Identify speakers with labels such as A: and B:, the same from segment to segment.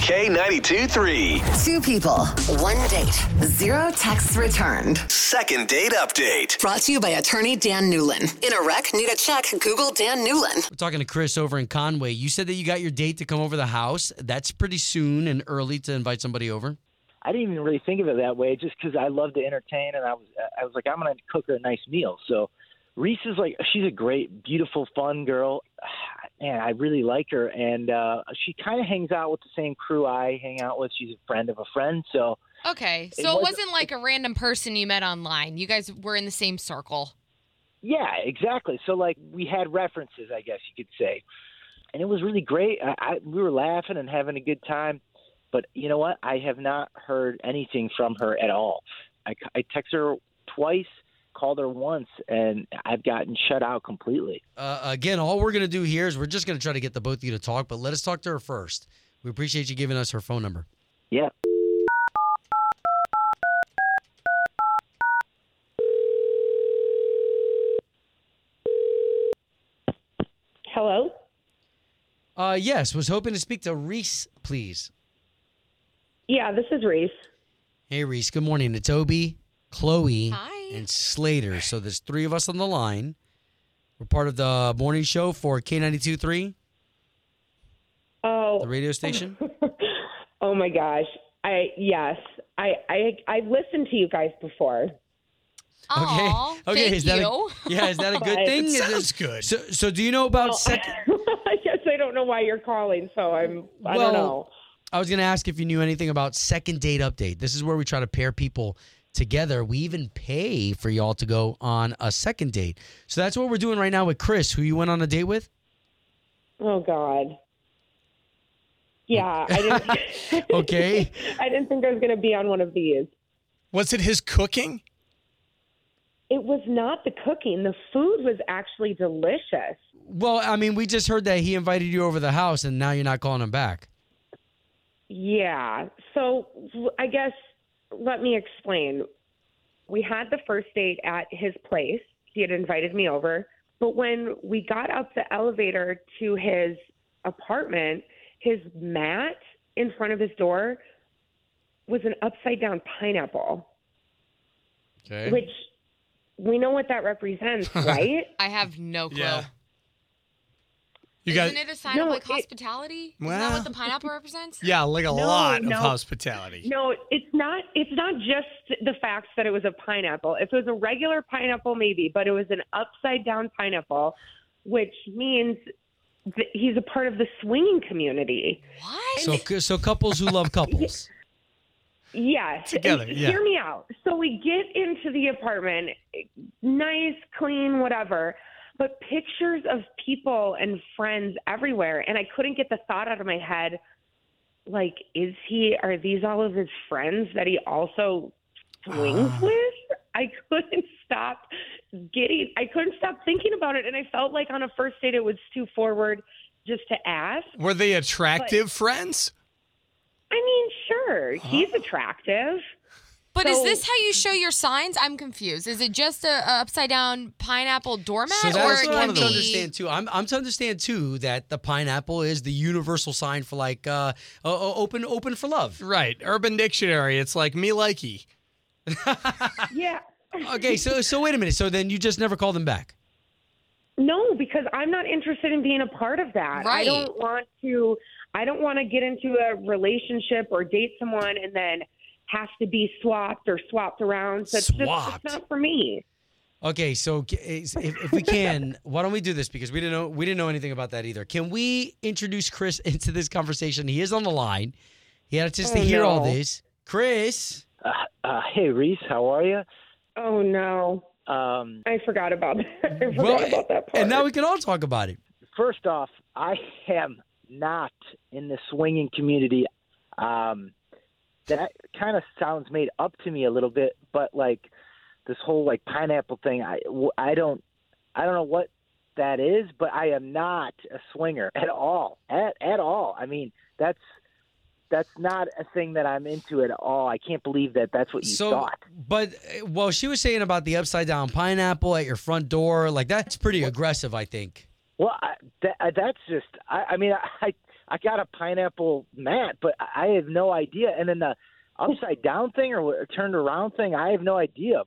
A: K92 3.
B: Two people, one date, zero texts returned.
A: Second date update.
B: Brought to you by attorney Dan Newlin. In a wreck, need a check, Google Dan Newlin.
C: We're talking to Chris over in Conway. You said that you got your date to come over the house. That's pretty soon and early to invite somebody over.
D: I didn't even really think of it that way, just because I love to entertain, and I was I was like, I'm gonna cook her a nice meal. So Reese is like, she's a great, beautiful, fun girl, and I really like her. And uh, she kind of hangs out with the same crew I hang out with. She's a friend of a friend, so
E: Okay,
D: It
E: so it
D: was-
E: wasn't like a random person you met online. You guys were in the same circle.
D: Yeah, exactly. So like we had references, I guess you could say, and it was really great. I, I we were laughing and having a good time, but you know what? I have not heard anything from her at all. I, c- I text her twice, called her once, and I've gotten shut out completely.
C: Uh, again, all we're going to do here is we're just going to try to get the both of you to talk, but let us talk to her first. We appreciate you giving us her phone number.
D: Yeah.
F: Hello.
C: Uh, yes, was hoping to speak to Reese, please.
F: Yeah, this is Reese.
C: Hey, Reese, good morning. It's Obi, Chloe,
E: Hi.
C: and Slater. So there's three of us on the line. We're part of the morning show for K92 3, the
F: Oh.
C: radio station.
F: oh my gosh. I yes. I I I've listened to you guys before.
E: Aw,
C: okay.
E: thank
C: Is that
E: you.
C: A, yeah? Is that a good
F: Right.
C: thing? sounds good. So, so do you know about second?
F: I guess I don't know why you're calling, so I'm I
C: Well-
F: don't know.
C: I was going to ask if you knew anything about second date update. This is where we try to pair people together. We even pay for y'all to go on a second date. So that's what we're doing right now with Chris, who you went on a date with.
F: Oh god. Yeah, I didn't
C: Okay.
F: I didn't think I was going to be on one of these.
G: Was it his cooking?
F: It was not the cooking. The food was actually delicious.
C: Well, I mean, we just heard that he invited you over the house, and now you're not calling him back.
F: Yeah. So w- I guess let me explain. We had the first date at his place. He had invited me over. But when we got up the elevator to his apartment, his mat in front of his door was an upside down pineapple,
C: Okay.
F: which we know what that represents, right?
E: I have no clue.
G: Yeah. You
E: Isn't
G: got
E: it a sign of
F: No,
E: like
F: it-
E: hospitality? Isn't that
G: Well-
E: what the pineapple represents?
G: yeah, like a
F: No,
G: lot
F: no.
G: of hospitality.
F: No, it's not. It's not just the fact that it was a pineapple. If it was a regular pineapple, maybe, but it was an upside down pineapple, which means that he's a part of the swinging community.
E: What?
C: So, so couples who love couples.
F: Yes. and
G: Together, yeah.
F: Hear me out. So we get into the apartment, nice, clean, whatever. But pictures of people and friends everywhere, and I couldn't get the thought out of my head. Like, is he? Are these all of his friends that he also swings with? I couldn't stop getting. I couldn't stop thinking about it, and I felt like on a first date it was too forward just to ask.
G: Were they attractive friends?
F: I mean, sure, he's attractive.
E: but is
F: so-
E: this how you show your signs? I'm confused. Is it just a, a upside down pineapple doormat,
C: So
E: or
C: that's
E: it
C: what
E: can
C: I'm to
E: be?
C: understand too. I'm, I'm to understand too that the pineapple is the universal sign for like uh, o- o- open open for love.
G: Right. Urban Dictionary. It's like me likey.
F: Yeah.
C: Okay, so so wait a minute. So then you just never called him back.
F: No, because I'm not interested in being a part of that.
E: Right.
F: I don't want to I don't want to get into a relationship or date someone and then have to be swapped or swapped around. That's just
C: Swapped.
F: that's not for me.
C: Okay, so g- is- if, if we can, why don't we do this because we didn't know we didn't know anything about that either. Can we introduce Chris into this conversation? He is on the line. He had a chance to
F: Oh,
C: hear all
F: no.
C: this. Chris,
D: Uh, uh, hey Reese, how are you?
F: Oh no.
D: Um,
F: I forgot about that. I forgot
C: Well,
F: about that part.
C: and now we can all talk about it.
D: first off, I am not in the swinging community. Um, that kind of sounds made up to me a little bit, but like this whole like pineapple thing, I, w- I don't I don't know what that is, but I am not a swinger at all, at at all. I mean, that's that's not a thing that I'm into at all. I can't believe that that's what you
C: so,
D: thought.
C: but uh, well, she was saying about the upside down pineapple at your front door. Like that's pretty aggressive, I think.
D: Well, I, that, I- that's just. I, I mean, I I got a pineapple mat, but I have no idea. And then the upside down thing or what- turned around thing, I have no idea.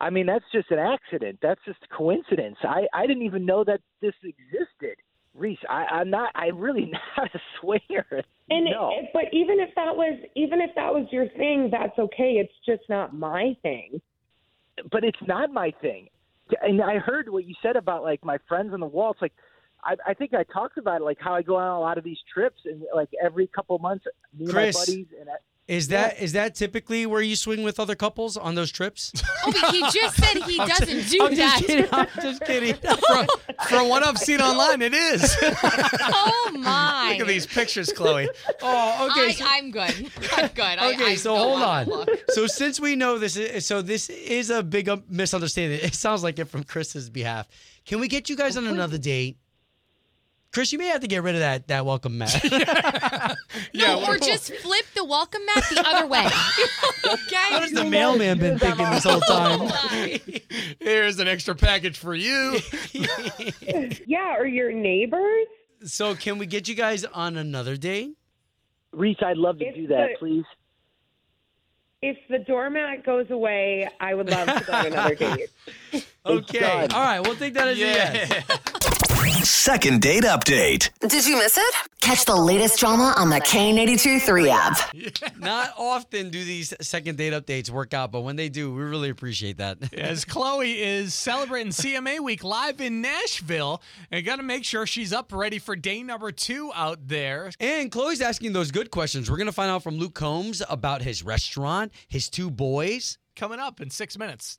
D: I mean, that's just an accident. That's just coincidence. I I didn't even know that this existed. Reese, I, I'm not. I'm really not a swinger.
F: And
D: no.
F: it, but even if that was even if that was your thing, that's okay. It's just not my thing.
D: but it's not my thing. And I heard what you said about like my friends on the wall. It's like I, I think I talked about it, like how I go on a lot of these trips and like every couple months, me and my
C: Chris.
D: buddies. And uh, I,
C: Is that is that typically where you swing with other couples on those trips?
E: Oh, but he just said he
C: I'm
E: doesn't
C: just-
E: do
C: I'm
E: that.
C: Just kidding, I'm just kidding.
G: From, from what I've seen online, it is.
E: Oh my!
G: Look at these pictures, Chloe.
C: oh, okay.
E: I,
C: so-
E: I'm good. I'm good. I-
C: Okay,
E: I
C: so
E: don't
C: hold
E: wanna
C: on.
E: look.
C: So since we know this, is, so this is a big um, misunderstanding. It sounds like it from Chris's behalf. Can we get you guys on another date? Chris, you may have to get rid of that that welcome mat.
E: No, or just flip the welcome mat the other way. okay.
C: How does the mailman been thinking this whole time?
G: Here's an extra package for you.
F: Yeah, or your neighbors.
C: So can we get you guys on another date?
D: Reese, I'd love to
F: It's
D: do that,
F: the-
D: please.
F: If the doormat goes away, I would love to go on another date.
G: Oh,
C: Okay.
D: done.
C: All right, we'll take that as a yes.
A: Second date update.
B: Did you miss it? Catch the latest drama on the K82 3 app.
C: Not often do these second date updates work out, but when they do, we really appreciate that.
G: As Chloe is celebrating CMA week live in Nashville, and got to make sure she's up ready for day number two out there.
C: And Chloe's asking those good questions. We're going to find out from Luke Combs about his restaurant, his two boys.
G: Coming up in six minutes.